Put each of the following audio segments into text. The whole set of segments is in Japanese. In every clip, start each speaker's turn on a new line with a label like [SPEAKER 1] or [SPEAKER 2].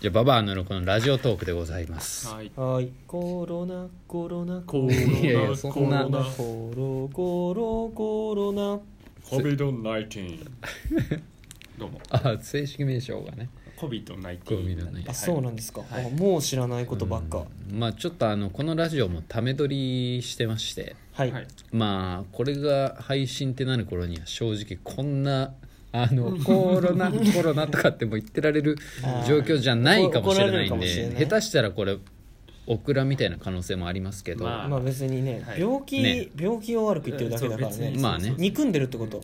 [SPEAKER 1] じゃあババアのこのラジオトークでございます
[SPEAKER 2] はい
[SPEAKER 3] はい、コロナ、コロナ、
[SPEAKER 2] コロ
[SPEAKER 1] いやいや
[SPEAKER 2] ナ
[SPEAKER 1] そ
[SPEAKER 2] コロ
[SPEAKER 1] んな
[SPEAKER 2] ナ
[SPEAKER 3] コロコロコロナ。
[SPEAKER 2] COVID-19 どうも
[SPEAKER 1] あ正式名称がね COVID-19
[SPEAKER 2] COVID-19
[SPEAKER 3] あ、そうなんですか。
[SPEAKER 2] はい
[SPEAKER 3] あもう知らないことばっか。
[SPEAKER 1] うんまあちょっとあのこのラジオもため撮りしてまして
[SPEAKER 3] は
[SPEAKER 2] はい
[SPEAKER 3] い。
[SPEAKER 1] まあこれが配信ってなる頃には正直こんなあのコロナコロナとかってもう言ってられる
[SPEAKER 3] あー
[SPEAKER 1] 状況じゃないかもしれ
[SPEAKER 3] 怒ら
[SPEAKER 1] な
[SPEAKER 3] れる
[SPEAKER 1] い
[SPEAKER 3] か
[SPEAKER 1] ん
[SPEAKER 3] もしれ
[SPEAKER 1] で
[SPEAKER 3] ない
[SPEAKER 1] 下手したらこれオクラみたいな可能性もありますけど、
[SPEAKER 2] まあ
[SPEAKER 3] まあ別にね
[SPEAKER 2] は、い
[SPEAKER 3] 病気
[SPEAKER 1] ね、
[SPEAKER 3] 病気を悪く言ってるだけだから
[SPEAKER 2] そう別
[SPEAKER 3] ね
[SPEAKER 2] に。
[SPEAKER 1] まあね
[SPEAKER 2] そうそう
[SPEAKER 3] 憎んでるってこと。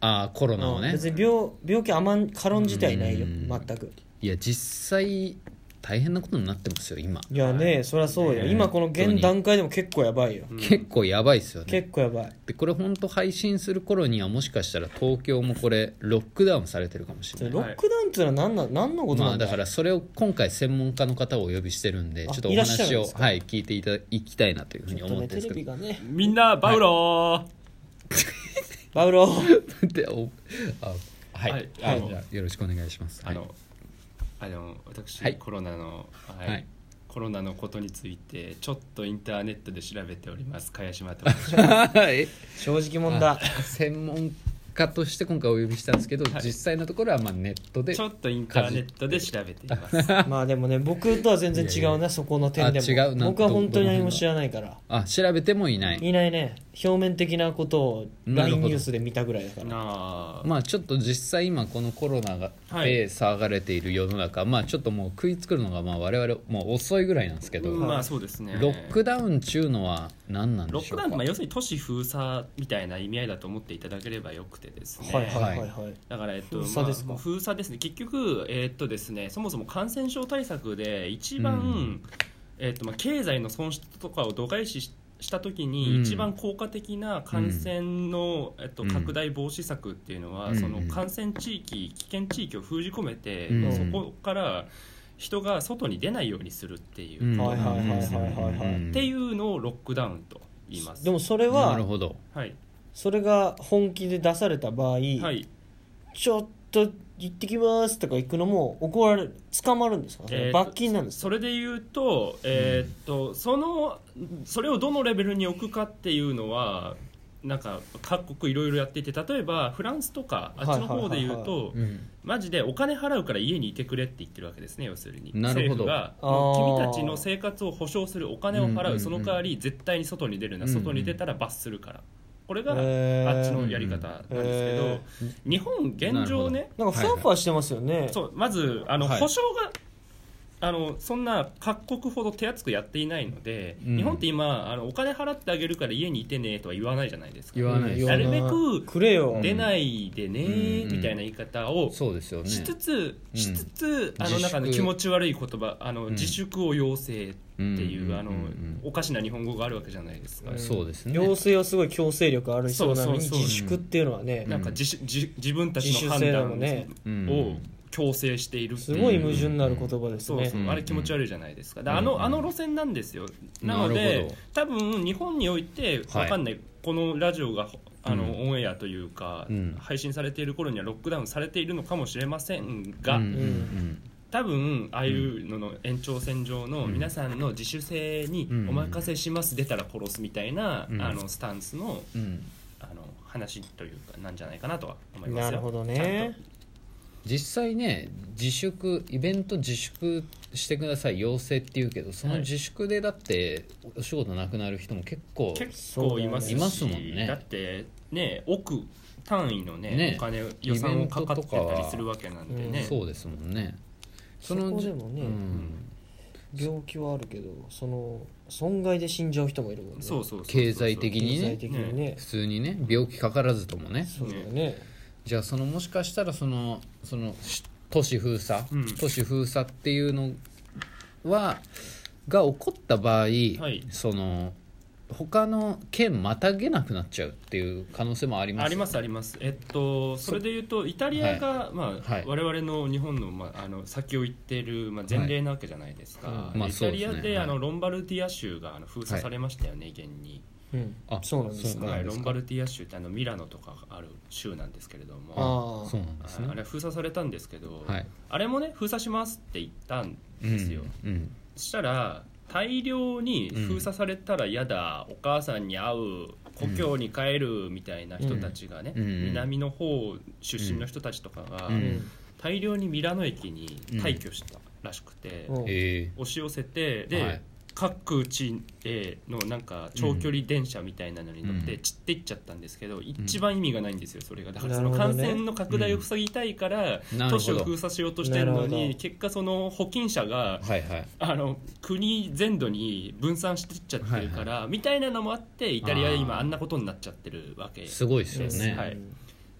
[SPEAKER 1] ああコロナを
[SPEAKER 3] うん
[SPEAKER 1] ね
[SPEAKER 3] 別に病病気甘ん軽んじてはいないよ、
[SPEAKER 1] うん
[SPEAKER 3] 全く。
[SPEAKER 1] いや実際大変なことになってますよ今、
[SPEAKER 3] いやね、そりゃそうよ。
[SPEAKER 1] ね
[SPEAKER 3] 今この現段階でも結構やばいよ。
[SPEAKER 2] うん
[SPEAKER 1] 結構やばいですよね
[SPEAKER 3] 結構やばい。
[SPEAKER 1] でこれ本当配信する頃にはもしかしたら東京もこれロックダウンされてるかもしれない
[SPEAKER 3] ロックダウンっていうのは何な何のこと
[SPEAKER 1] ま
[SPEAKER 3] な
[SPEAKER 1] あ
[SPEAKER 3] んだ
[SPEAKER 1] だからそれを今回専門家の方をお呼びしてるんで
[SPEAKER 3] あ
[SPEAKER 1] ちょっとお
[SPEAKER 3] いらっしゃ
[SPEAKER 1] 話
[SPEAKER 3] るん
[SPEAKER 1] を
[SPEAKER 3] ですか
[SPEAKER 1] はい聞いていただきたいなというふう
[SPEAKER 3] ち
[SPEAKER 1] に
[SPEAKER 3] ょっと
[SPEAKER 1] 思っ
[SPEAKER 3] ね、
[SPEAKER 1] てるん
[SPEAKER 3] テ
[SPEAKER 1] です
[SPEAKER 3] レ
[SPEAKER 1] け
[SPEAKER 3] ビ
[SPEAKER 1] ど
[SPEAKER 3] がね。
[SPEAKER 2] みんなバウロ
[SPEAKER 3] バウロ ー。
[SPEAKER 1] でおあはい、
[SPEAKER 2] はい
[SPEAKER 1] あ
[SPEAKER 2] はい
[SPEAKER 1] じゃあよろしくお願いします
[SPEAKER 2] ーあのあの私
[SPEAKER 1] はい
[SPEAKER 2] コロナのは
[SPEAKER 1] はい
[SPEAKER 2] いコロナのことについてちょっとインターネットで調べております茅島と申します
[SPEAKER 1] はい え
[SPEAKER 3] 正直者だ。
[SPEAKER 1] あ 専門家として今回お呼びしたんですけど、
[SPEAKER 2] はい
[SPEAKER 1] 実際のところはまあネットで
[SPEAKER 2] ちょっとインターネットで調べています。
[SPEAKER 3] まあでもね僕とは全然違う
[SPEAKER 1] いやい
[SPEAKER 3] なそこの点でも
[SPEAKER 1] あ違うな
[SPEAKER 3] 僕は本当に
[SPEAKER 1] どの辺が
[SPEAKER 3] 何も知らないから
[SPEAKER 1] あ調べてもいない
[SPEAKER 3] いないね表面的なことを
[SPEAKER 1] なるほ
[SPEAKER 3] LINE
[SPEAKER 1] ど
[SPEAKER 3] ニュースで見たぐらいだから
[SPEAKER 2] なあ、
[SPEAKER 1] まあちょっと実際今このコロナが
[SPEAKER 2] はい
[SPEAKER 1] で騒がれている世の中、まあちょっともう食いつくるのがまあ我々もう遅いぐらいなんですけど、
[SPEAKER 2] まあそうですね。
[SPEAKER 1] ロックダウンっちゅうのは何なんで
[SPEAKER 2] ロ
[SPEAKER 1] し
[SPEAKER 2] ック
[SPEAKER 1] ょう
[SPEAKER 2] ダ
[SPEAKER 1] か
[SPEAKER 2] ウンまあ要するに都市封鎖みたいな意味合いだと思っていただければよくてですね。
[SPEAKER 3] はいはいはいはい
[SPEAKER 2] だから、えっと、
[SPEAKER 3] 封鎖ですか
[SPEAKER 2] まあ封鎖ですね。結局、えっとですね、そもそも感染症対策で一番、
[SPEAKER 1] うん
[SPEAKER 2] えっと、まあ経済の損失とかを度外視しした時
[SPEAKER 1] うん
[SPEAKER 2] に一番効果的な感染の、えっと、
[SPEAKER 1] うん
[SPEAKER 2] 拡大防止策っていうのは、
[SPEAKER 1] うん
[SPEAKER 2] その感染地域危険地域を封じ込めて、
[SPEAKER 1] うん
[SPEAKER 2] そこから人が外に出ないようにするっていう、
[SPEAKER 1] うん
[SPEAKER 3] はいはいはいはいはいはい
[SPEAKER 1] うん
[SPEAKER 2] っていうのをロックダウンと言います
[SPEAKER 3] でもそれ
[SPEAKER 1] なる
[SPEAKER 3] は
[SPEAKER 1] ほど
[SPEAKER 2] はい、
[SPEAKER 3] それが本気で出された場合
[SPEAKER 2] はい
[SPEAKER 3] ちょっと行ってきますとか行くのも怒られる捕まるんですか
[SPEAKER 2] えー
[SPEAKER 3] 罰金なんですか
[SPEAKER 2] それで言うと,、えーっとそのそれをどのレベルに置くかっていうのはなんか各国いろいろやっていて例えばフランスとかあっちの方で言うと、
[SPEAKER 3] はいはい
[SPEAKER 2] マジでお金払うから家にいてくれって言ってるわけですね要するに
[SPEAKER 1] なるほど
[SPEAKER 2] 政府が
[SPEAKER 3] あー
[SPEAKER 2] 君たちの生活を保障するお金を
[SPEAKER 1] うんうん
[SPEAKER 2] 払
[SPEAKER 1] う
[SPEAKER 2] うんその代わり絶対に外に出るな、
[SPEAKER 1] うんうん
[SPEAKER 2] 外に出たら罰するからこれが
[SPEAKER 3] へー
[SPEAKER 2] あっちのやり方なんですけど、
[SPEAKER 3] へ
[SPEAKER 2] 日本現状ね
[SPEAKER 3] なんかふわふわしてますよね
[SPEAKER 2] そうまずあの、
[SPEAKER 1] はい
[SPEAKER 2] 保証があのそんな各国ほど手厚くやっていないので、
[SPEAKER 1] うん
[SPEAKER 2] 日本って今あのお金払ってあげるから家にいてねとは言わないじゃないですか
[SPEAKER 1] 言わないです
[SPEAKER 2] なるべく
[SPEAKER 3] くれよ
[SPEAKER 2] 出ないでね
[SPEAKER 1] うん
[SPEAKER 2] みたいな言い方を
[SPEAKER 1] そうですよね
[SPEAKER 2] しつつ、
[SPEAKER 1] うん
[SPEAKER 2] しつつ、あ
[SPEAKER 1] 自粛
[SPEAKER 2] のなんかね気持ち悪い言葉あの、
[SPEAKER 1] うん
[SPEAKER 2] 自粛を要請っていう、
[SPEAKER 1] うんうんうんうん
[SPEAKER 2] あのおかしな日本語があるわけじゃないですか、
[SPEAKER 3] うん
[SPEAKER 1] そうですね
[SPEAKER 3] 要請はすごい強制力ある人なのに
[SPEAKER 2] そうそうそう
[SPEAKER 3] 自粛っていうのはね
[SPEAKER 2] なんか自主自自分たちの
[SPEAKER 3] 自主性だも
[SPEAKER 2] 判断
[SPEAKER 3] んね
[SPEAKER 1] うん
[SPEAKER 2] を強制しているって
[SPEAKER 3] す
[SPEAKER 2] いう
[SPEAKER 3] ごい矛盾のある言葉です
[SPEAKER 2] そう
[SPEAKER 3] ね
[SPEAKER 2] そう、
[SPEAKER 1] うん
[SPEAKER 2] あれ気持ち悪いじゃないですか、で
[SPEAKER 1] うん
[SPEAKER 2] あのあの路線なんですよ、なの
[SPEAKER 1] なるほ
[SPEAKER 2] で
[SPEAKER 1] ど、
[SPEAKER 2] 多分日本において、
[SPEAKER 1] はい
[SPEAKER 2] わかんない、このラジオがあの、
[SPEAKER 1] うん
[SPEAKER 2] オンエアというか、
[SPEAKER 1] うん
[SPEAKER 2] 配信されている頃にはロックダウンされているのかもしれませんが、
[SPEAKER 1] うんうん
[SPEAKER 2] 多分ああいうのの延長線上の皆さんの自主性に
[SPEAKER 1] うん
[SPEAKER 2] お任せします、出たら殺すみたいな、
[SPEAKER 1] うん
[SPEAKER 2] あのスタンスの
[SPEAKER 1] うんうん
[SPEAKER 2] あの話というか、なんじゃないかなとは思いますよ
[SPEAKER 3] なるほどね
[SPEAKER 1] 実際ね自粛イベント自粛してください要請っていうけどその
[SPEAKER 2] はい
[SPEAKER 1] 自粛でだってお仕事なくなる人も結構
[SPEAKER 2] 結構いますし
[SPEAKER 1] いますもんね
[SPEAKER 2] だってね億単位のね
[SPEAKER 1] ね
[SPEAKER 2] お金予算をかかってたりするわけなんで
[SPEAKER 3] イベントとか
[SPEAKER 2] ね
[SPEAKER 3] は、
[SPEAKER 1] そうですもんね
[SPEAKER 3] そこ
[SPEAKER 1] じ
[SPEAKER 3] でもね
[SPEAKER 1] うん
[SPEAKER 3] 病気はあるけどその損害で死んじゃう人もいるもんね
[SPEAKER 2] そうそうそうそう
[SPEAKER 1] 経済的に
[SPEAKER 3] 経
[SPEAKER 1] ね
[SPEAKER 3] 済的にね
[SPEAKER 1] 普通にね病気かからずともね
[SPEAKER 3] そうだよね
[SPEAKER 1] じゃあそのもしかしたらそのそのし都市封鎖、
[SPEAKER 2] うん
[SPEAKER 1] 都市封鎖っていうのはが起こった場合、
[SPEAKER 2] い
[SPEAKER 1] その他の県またげなくなっちゃうっていう可能性もあります
[SPEAKER 2] ありますありますえっとそれで言うとイタリアが、まあ
[SPEAKER 1] はい
[SPEAKER 2] 我々の日本の,、まあ、あの先を行ってる、まあ、前例なわけじゃないですか、
[SPEAKER 3] はい
[SPEAKER 1] うんまあ
[SPEAKER 2] イ
[SPEAKER 1] そ
[SPEAKER 2] タ
[SPEAKER 1] うです
[SPEAKER 2] リ
[SPEAKER 1] ね
[SPEAKER 2] アで、あ
[SPEAKER 1] は
[SPEAKER 2] の
[SPEAKER 1] い
[SPEAKER 2] ロンバルディア州があの封鎖されましたよね、現に
[SPEAKER 3] うん
[SPEAKER 1] あ
[SPEAKER 3] そうなんです
[SPEAKER 1] そう
[SPEAKER 3] ね
[SPEAKER 1] な
[SPEAKER 2] は
[SPEAKER 1] ん
[SPEAKER 2] い、
[SPEAKER 1] で
[SPEAKER 2] ロ
[SPEAKER 1] すか
[SPEAKER 2] ンバルディア州ってあのミラノとかがある州なんですけれども
[SPEAKER 3] あ
[SPEAKER 2] は
[SPEAKER 3] ー
[SPEAKER 1] そうなんです
[SPEAKER 2] い
[SPEAKER 1] ね
[SPEAKER 2] あれは封鎖されたんですけど、
[SPEAKER 1] はい
[SPEAKER 2] あれもね封鎖しますって言ったん
[SPEAKER 1] うん
[SPEAKER 2] ですよ、
[SPEAKER 1] うん
[SPEAKER 2] したら大量に封鎖されたら嫌だ、お母さんに会う故郷に帰るみたいな人たちがね、
[SPEAKER 1] うん
[SPEAKER 2] 南の方出身の人たちとかが
[SPEAKER 1] うん
[SPEAKER 2] 大量にミラノ駅に退去したらしくて、
[SPEAKER 3] うん
[SPEAKER 1] え
[SPEAKER 2] 押し寄せ
[SPEAKER 1] え
[SPEAKER 2] てで、
[SPEAKER 1] はい
[SPEAKER 2] 各地へのなんか長距離電車みたいなのに乗っ
[SPEAKER 1] う
[SPEAKER 2] て
[SPEAKER 1] ん
[SPEAKER 2] 散っていっちゃったんですけど、一番意味がないんですよそれがだから
[SPEAKER 3] な
[SPEAKER 2] そ
[SPEAKER 3] る
[SPEAKER 2] の
[SPEAKER 3] ほどね
[SPEAKER 2] 感染の拡大を防ぎたいから、
[SPEAKER 1] なる
[SPEAKER 2] 都
[SPEAKER 1] ほ
[SPEAKER 2] 市
[SPEAKER 1] ど
[SPEAKER 2] を封鎖しようとしてるの
[SPEAKER 3] なるほ
[SPEAKER 2] に
[SPEAKER 3] ど
[SPEAKER 2] 結果その保菌者が
[SPEAKER 1] はいはい
[SPEAKER 2] あの国全土に分散してっちゃってるから、みたいなのもあってイタリ
[SPEAKER 1] あ
[SPEAKER 2] ア
[SPEAKER 1] ー
[SPEAKER 2] 今あんなことになっちゃってるわけ
[SPEAKER 1] すごいですよ
[SPEAKER 2] です
[SPEAKER 1] ね、
[SPEAKER 2] はい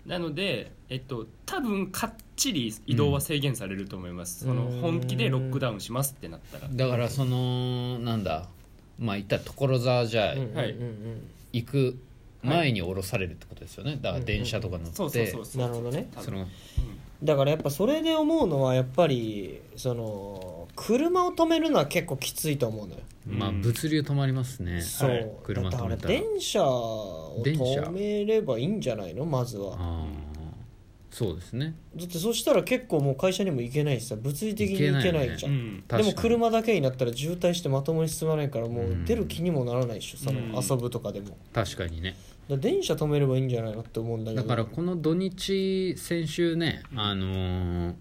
[SPEAKER 2] なので、えっと、多分かっちり移動は制限されると思います、
[SPEAKER 3] うん
[SPEAKER 2] その本気でロックダウンしますってなったら
[SPEAKER 1] だからそのなんだまあ言ったら所沢じゃ
[SPEAKER 3] うんうん
[SPEAKER 2] はい
[SPEAKER 3] うんうん
[SPEAKER 1] 行く前に降ろされるってことですよねだから電車とか乗
[SPEAKER 2] そう
[SPEAKER 1] っ
[SPEAKER 2] そう
[SPEAKER 1] て
[SPEAKER 2] そうそう
[SPEAKER 3] なるほどね
[SPEAKER 2] 多分
[SPEAKER 1] その
[SPEAKER 3] だからやっぱそれで思うのはやっぱりその車を止めるのは結構きついと思うのよ
[SPEAKER 1] まあ
[SPEAKER 2] うん
[SPEAKER 1] 物流止まりますね
[SPEAKER 3] そう、
[SPEAKER 2] はい
[SPEAKER 1] 車
[SPEAKER 3] だ
[SPEAKER 1] 止
[SPEAKER 3] か
[SPEAKER 1] め
[SPEAKER 3] ら
[SPEAKER 1] たら
[SPEAKER 3] 電車を止めればいいんじゃないのまずは
[SPEAKER 1] ああそうですね
[SPEAKER 3] だってそしたら結構もう会社にも行けないしさ物理的に行けないじゃ、
[SPEAKER 2] うんん
[SPEAKER 1] 確か
[SPEAKER 3] でも
[SPEAKER 1] に
[SPEAKER 3] 車だけになったら渋滞してまともに進まないからもう出る気にもならないでしょ、その
[SPEAKER 2] うん
[SPEAKER 3] 遊ぶとかでもだか
[SPEAKER 1] 確かにね
[SPEAKER 3] ら電車止めればいいんじゃないのって思うんだけど
[SPEAKER 1] だからこの土日先週ねあのー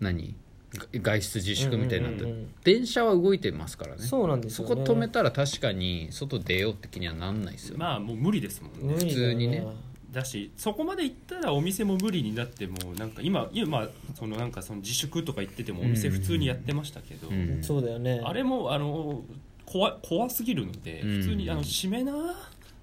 [SPEAKER 1] 何が外出自粛みたいになって、
[SPEAKER 3] うんうんうん
[SPEAKER 1] 電車は動いてますからね
[SPEAKER 3] そうなんですよね
[SPEAKER 1] そこ止めたら確かに外出ようって気にはなんないですよ、
[SPEAKER 2] まあもう無理ですもんね
[SPEAKER 3] 無理だよ
[SPEAKER 1] 普通にね
[SPEAKER 2] だしそこまで行ったらお店も無理になってもなんか今今そのなんかその自粛とか言っててもお店普通にやってましたけど、
[SPEAKER 1] うん
[SPEAKER 3] そうだよね
[SPEAKER 2] あれもあの怖い怖すぎるので
[SPEAKER 1] うん
[SPEAKER 2] 普通にあの閉めな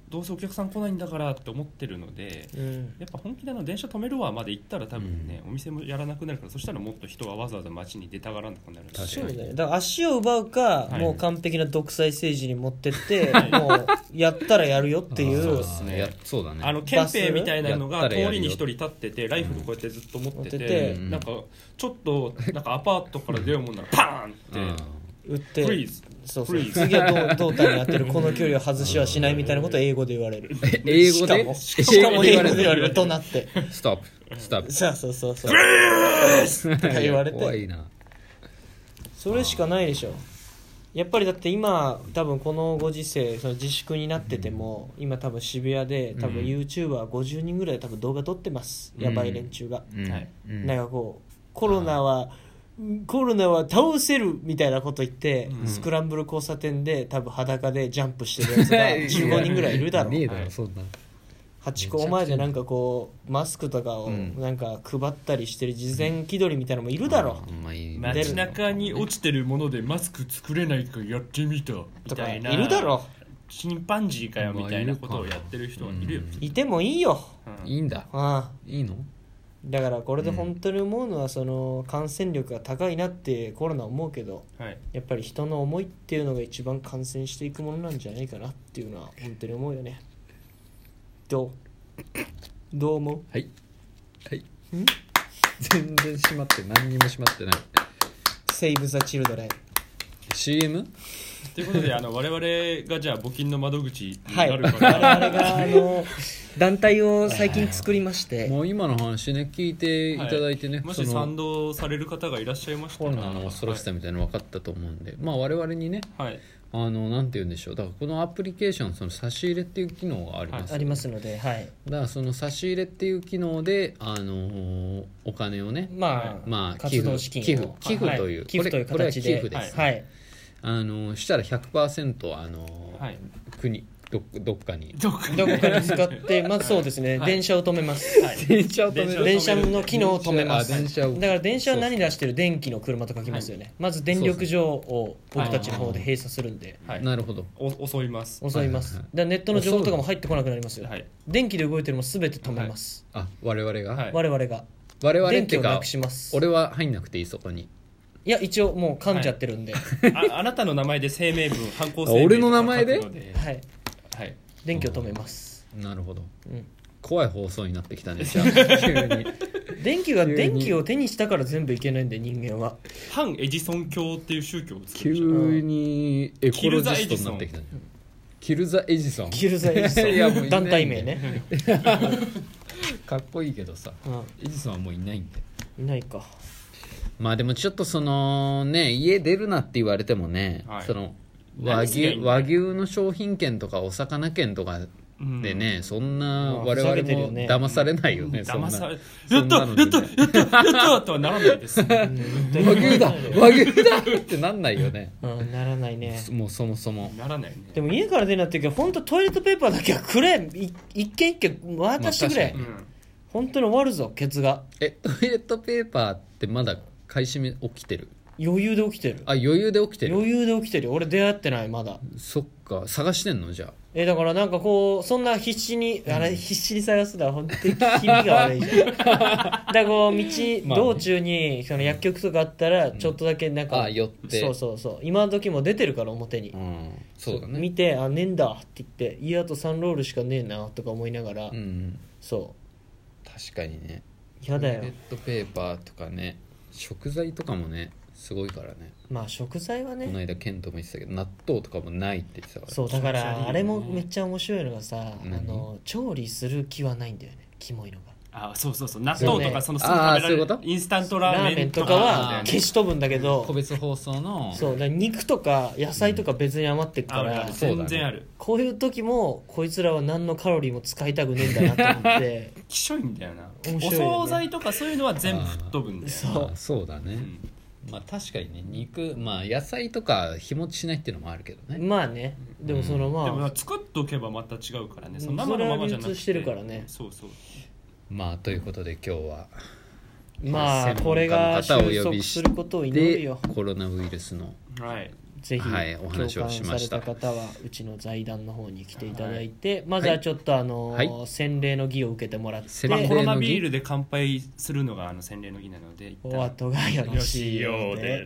[SPEAKER 2] どうせお客さん来ないんだからって思ってるので
[SPEAKER 3] うん
[SPEAKER 2] やっぱ本気であの電車止めるわまで行ったら多分ね、お店もやらなくなるからそしたらもっと人はわざわざ街に出たがらなくなる
[SPEAKER 1] 確
[SPEAKER 2] し
[SPEAKER 3] そ
[SPEAKER 1] か
[SPEAKER 3] う
[SPEAKER 1] に
[SPEAKER 3] だよねだから足を奪うか、
[SPEAKER 2] い
[SPEAKER 3] もう完璧な独裁政治に持って って、もうやったらやるよってい
[SPEAKER 1] あー
[SPEAKER 3] う
[SPEAKER 2] すね
[SPEAKER 1] やそうだね
[SPEAKER 2] あの憲兵みたいなの
[SPEAKER 1] やった
[SPEAKER 2] が通
[SPEAKER 1] らやる
[SPEAKER 2] り
[SPEAKER 1] よ
[SPEAKER 2] に一人立っててライフルこうやってずっと持ってて
[SPEAKER 3] 持ってて
[SPEAKER 2] なんかちょっとなんかアパートから出ようもんならパーンっ
[SPEAKER 1] う
[SPEAKER 3] 打って
[SPEAKER 2] フリー
[SPEAKER 3] て
[SPEAKER 2] ズ
[SPEAKER 3] そうそう
[SPEAKER 2] Freeze
[SPEAKER 3] 次はどう胴体に当てるこの距離を外しはしないみたいなことを英語で言われる
[SPEAKER 1] ん英語
[SPEAKER 3] しか
[SPEAKER 1] で
[SPEAKER 3] も
[SPEAKER 1] 英
[SPEAKER 3] しか
[SPEAKER 1] 語
[SPEAKER 3] も
[SPEAKER 1] で
[SPEAKER 3] 英
[SPEAKER 1] 言わ
[SPEAKER 3] 語
[SPEAKER 1] れ
[SPEAKER 3] で言わ
[SPEAKER 1] る
[SPEAKER 3] れるとなって
[SPEAKER 1] ストップストッ プ
[SPEAKER 3] そうそうそうそう
[SPEAKER 1] と
[SPEAKER 3] か言われて
[SPEAKER 1] 怖いな
[SPEAKER 3] それしかないでしょやっぱりだって今多分このご時世その自粛になってても、今多分渋谷で多分
[SPEAKER 1] うん
[SPEAKER 3] YouTuber50 人ぐらい多分動画撮ってます、やばい連中が、
[SPEAKER 1] うん
[SPEAKER 2] はい
[SPEAKER 1] うん
[SPEAKER 3] なんかこうコロナはコロナは倒せるみたいなこと言って、
[SPEAKER 2] うん
[SPEAKER 3] スクランブル交差点で多分裸でジャンプしてるやつ が15人ぐらいいるだろ
[SPEAKER 1] ねえ
[SPEAKER 3] う
[SPEAKER 1] だ
[SPEAKER 2] は
[SPEAKER 1] ろ
[SPEAKER 2] い
[SPEAKER 1] そんな
[SPEAKER 3] ハチ公前でなんかこうマスクとかを
[SPEAKER 1] うん
[SPEAKER 3] なんか配ったりしてる事前気取りみたいなのもいるだろ
[SPEAKER 1] あ
[SPEAKER 3] う、
[SPEAKER 1] んまいい
[SPEAKER 2] 街中に落ちてるものでマスク作れないかやってみた
[SPEAKER 3] と
[SPEAKER 2] み
[SPEAKER 3] か
[SPEAKER 2] た
[SPEAKER 3] い
[SPEAKER 2] いな
[SPEAKER 3] るだろ
[SPEAKER 2] チンパンジーかよみたいなことをやってる人はいるよ、
[SPEAKER 3] ういてもいいよ
[SPEAKER 2] うん
[SPEAKER 1] いいんだ
[SPEAKER 3] ああ
[SPEAKER 1] いいの
[SPEAKER 3] だからこれで本当に思うのはその感染力が高いなってコロナ思うけど
[SPEAKER 2] はい
[SPEAKER 3] やっぱり人の思いっていうのが一番感染していくものなんじゃないかなっていうのは本当に思うよねどうどう思
[SPEAKER 1] はいはい全然閉まって何にも閉まってないう
[SPEAKER 3] セイブ・ザ・チルドレン
[SPEAKER 1] CM?
[SPEAKER 2] ということであの我々がじゃあ募金の窓口に
[SPEAKER 3] は
[SPEAKER 2] ない
[SPEAKER 3] 我
[SPEAKER 2] るから、
[SPEAKER 3] 々があの団体を最近作りまして
[SPEAKER 1] もう今の話ね聞いていただいてね、
[SPEAKER 2] も
[SPEAKER 1] そ
[SPEAKER 2] し
[SPEAKER 1] の
[SPEAKER 2] 賛同される方がいらっしゃいました
[SPEAKER 1] コ
[SPEAKER 2] ら
[SPEAKER 1] ロナの恐ろしさみたいなの分かったと思うんで、まあ我々にね
[SPEAKER 2] はい、はい
[SPEAKER 1] あのなんて言うんでしょうだからこのアプリケーションその差し入れっていう機能があります、
[SPEAKER 3] ありますのではい
[SPEAKER 1] だからその差し入れっていう機能であのーお金をね
[SPEAKER 3] まあ、
[SPEAKER 1] まあ
[SPEAKER 3] 活動資金を
[SPEAKER 1] 寄付寄付寄付
[SPEAKER 3] は
[SPEAKER 1] という
[SPEAKER 3] 寄付という
[SPEAKER 1] これ
[SPEAKER 3] 形で
[SPEAKER 1] これは寄付です
[SPEAKER 3] はい
[SPEAKER 1] あのーしたら100%あのー
[SPEAKER 2] はい
[SPEAKER 1] 国どどっかに
[SPEAKER 2] どこか
[SPEAKER 3] どこかに使って まずそうですね、
[SPEAKER 2] はい
[SPEAKER 3] 電車を止めます、
[SPEAKER 1] 電車を
[SPEAKER 2] 止める
[SPEAKER 3] 電車の機能を止めます
[SPEAKER 1] 電車あ電車を
[SPEAKER 3] だから電車は何出してる電気の車と書きますよね、まず電力所を僕たちの方で閉鎖するんで、
[SPEAKER 2] はい
[SPEAKER 1] なるほど
[SPEAKER 2] お襲います
[SPEAKER 3] 襲います、
[SPEAKER 1] はいはい
[SPEAKER 3] だからネットの情報とかも入ってこなくなりますよ、
[SPEAKER 2] はい
[SPEAKER 3] 電気で動いてるのも全て止めます、
[SPEAKER 1] あ我々が、
[SPEAKER 2] はい
[SPEAKER 3] 我々が
[SPEAKER 1] 我々っ
[SPEAKER 3] 電
[SPEAKER 1] て
[SPEAKER 3] 気
[SPEAKER 1] いう
[SPEAKER 3] を
[SPEAKER 1] か
[SPEAKER 3] なくします
[SPEAKER 1] 俺は入んなくていいそこに
[SPEAKER 3] いや一応もう噛んじゃってるんで、はい
[SPEAKER 2] ああなたの名前で声明文犯行声明
[SPEAKER 1] あ俺の名前で
[SPEAKER 2] とか書くのはい
[SPEAKER 3] 電気を止めます、
[SPEAKER 1] なるほど
[SPEAKER 3] うん、
[SPEAKER 1] 怖い放送になってき たねじゃあ 急に
[SPEAKER 3] 電気が電気を手にしたから全部いけないんで人間は
[SPEAKER 2] 反エジソン教っていう宗教を作る
[SPEAKER 1] 急にエコロジストになってきたねキルザ・エジソン
[SPEAKER 3] キルザエジ
[SPEAKER 1] いやもうい
[SPEAKER 3] ソ
[SPEAKER 1] な
[SPEAKER 3] ン
[SPEAKER 1] い
[SPEAKER 3] 団体名ね、
[SPEAKER 1] かっこいいけどさ
[SPEAKER 3] う
[SPEAKER 1] エジソンはもういないんで
[SPEAKER 3] ん、いないか
[SPEAKER 1] まあでもちょっとそのね家出るなって言われてもね、
[SPEAKER 2] はい
[SPEAKER 1] その和
[SPEAKER 2] 何すりゃ
[SPEAKER 1] 牛
[SPEAKER 2] いいんだ
[SPEAKER 1] 和牛の商品券とかお魚券とかでね、そんな
[SPEAKER 3] まあ
[SPEAKER 1] 我々
[SPEAKER 3] ふざけてるよ
[SPEAKER 1] も
[SPEAKER 3] ね
[SPEAKER 1] 騙されないよね、そんな
[SPEAKER 2] 騙され
[SPEAKER 1] そ
[SPEAKER 2] や
[SPEAKER 1] ん
[SPEAKER 2] っ
[SPEAKER 1] な
[SPEAKER 2] た
[SPEAKER 1] ので
[SPEAKER 2] やったやったやったとはならないです
[SPEAKER 3] 和
[SPEAKER 1] 和牛だ和牛だってなんないよね
[SPEAKER 3] うん、ならないね
[SPEAKER 1] もうそもそも
[SPEAKER 2] ならないね
[SPEAKER 3] でも家から出なってるけど本当トイレットペーパーだけはくれい一軒一軒渡してく
[SPEAKER 1] まあ確
[SPEAKER 3] れ、
[SPEAKER 1] か
[SPEAKER 2] う
[SPEAKER 1] に
[SPEAKER 2] ん
[SPEAKER 3] 本当に終わるぞケツが
[SPEAKER 1] えトイレットペーパーってまだ買い占め起きてる
[SPEAKER 3] 余裕で起きてる
[SPEAKER 1] あ余裕で起きてる
[SPEAKER 3] 余裕で起きてるよ俺出会ってないまだ
[SPEAKER 1] そっか探してんのじゃ
[SPEAKER 3] えだからなんかこうそんな必死に、あれ必死に探すのは本当に気味が悪い じゃんだからこ
[SPEAKER 1] まあ
[SPEAKER 3] う道、
[SPEAKER 1] ね
[SPEAKER 3] 道中にその薬局とかあったらちょっとだけなんか、
[SPEAKER 1] ああ寄って
[SPEAKER 3] そうそうそう今の時も出てるから表に、
[SPEAKER 1] あうんそうだね
[SPEAKER 3] 見てあねえんだって言って家あと3ロールしかねえなとか思いながら、
[SPEAKER 1] うん
[SPEAKER 3] そ
[SPEAKER 1] 確かにね
[SPEAKER 3] うやだよ
[SPEAKER 1] トイレットペーパーとかね食材とかもねすごいからね
[SPEAKER 3] まあ食材は
[SPEAKER 1] この
[SPEAKER 3] ね
[SPEAKER 1] 間ケントも言ってたけど納豆とかもないって言ってたから
[SPEAKER 3] そうだか
[SPEAKER 2] 食材いいよ
[SPEAKER 3] ら
[SPEAKER 2] ね
[SPEAKER 3] あれもめっちゃ面白いのがさ、
[SPEAKER 1] 何
[SPEAKER 3] あの調理する気はないんだよねキモいのが
[SPEAKER 2] あそうそうそう納豆とかそのすぐ
[SPEAKER 1] あー
[SPEAKER 2] 食べられ
[SPEAKER 1] そういうこ
[SPEAKER 2] る
[SPEAKER 1] と
[SPEAKER 2] インスタントラ
[SPEAKER 3] ラ
[SPEAKER 2] ー
[SPEAKER 3] ー
[SPEAKER 2] メ
[SPEAKER 3] メ
[SPEAKER 2] ン
[SPEAKER 3] ン
[SPEAKER 2] と
[SPEAKER 3] と
[SPEAKER 2] か
[SPEAKER 3] か
[SPEAKER 2] は
[SPEAKER 3] は消し飛ぶんだけど
[SPEAKER 1] 個別放送の
[SPEAKER 3] そうだから肉とか野菜とか別に余ってるか
[SPEAKER 2] あるあ
[SPEAKER 3] ら、
[SPEAKER 2] る
[SPEAKER 1] そうだね
[SPEAKER 2] 全然ある
[SPEAKER 3] こういう時もこいつらは何のカロリーも使いたくねえんだなと思って
[SPEAKER 2] きしょいんだよな
[SPEAKER 3] 面白
[SPEAKER 2] お
[SPEAKER 3] いよ
[SPEAKER 2] 惣
[SPEAKER 3] ね
[SPEAKER 2] 菜とかそういうのは全部吹っ飛ぶんだよ
[SPEAKER 3] そう
[SPEAKER 1] まあそうだね、
[SPEAKER 2] うん
[SPEAKER 1] まあ確かにね肉まあ野菜とか日持ちしないっていうのもあるけどね
[SPEAKER 3] まあねでもそのまあ、
[SPEAKER 2] でも作っとけばまた違うからねその
[SPEAKER 3] うん
[SPEAKER 2] 生のままじゃなく
[SPEAKER 3] それは流通してるからね
[SPEAKER 2] そうそう
[SPEAKER 1] まあということで今日は
[SPEAKER 3] まあ
[SPEAKER 1] 専門家の方を
[SPEAKER 3] これが収
[SPEAKER 1] お呼
[SPEAKER 3] 束
[SPEAKER 1] びし
[SPEAKER 3] することを祈る
[SPEAKER 1] で
[SPEAKER 3] よ
[SPEAKER 1] コロナウイルスの
[SPEAKER 2] はい
[SPEAKER 3] ぜひ、
[SPEAKER 1] はいお話をしました
[SPEAKER 3] 共感された方はうちの財団の方に来ていただいて、まずはちょっとあのー
[SPEAKER 1] は
[SPEAKER 3] 洗礼の儀を受けてもらって
[SPEAKER 1] 洗
[SPEAKER 2] まあ、
[SPEAKER 1] 礼
[SPEAKER 2] コ
[SPEAKER 1] の
[SPEAKER 2] ロ
[SPEAKER 1] 儀
[SPEAKER 2] ナビールで乾杯するのがあの洗礼の儀なので一
[SPEAKER 3] お
[SPEAKER 2] 旦
[SPEAKER 3] 後がよろしいようで。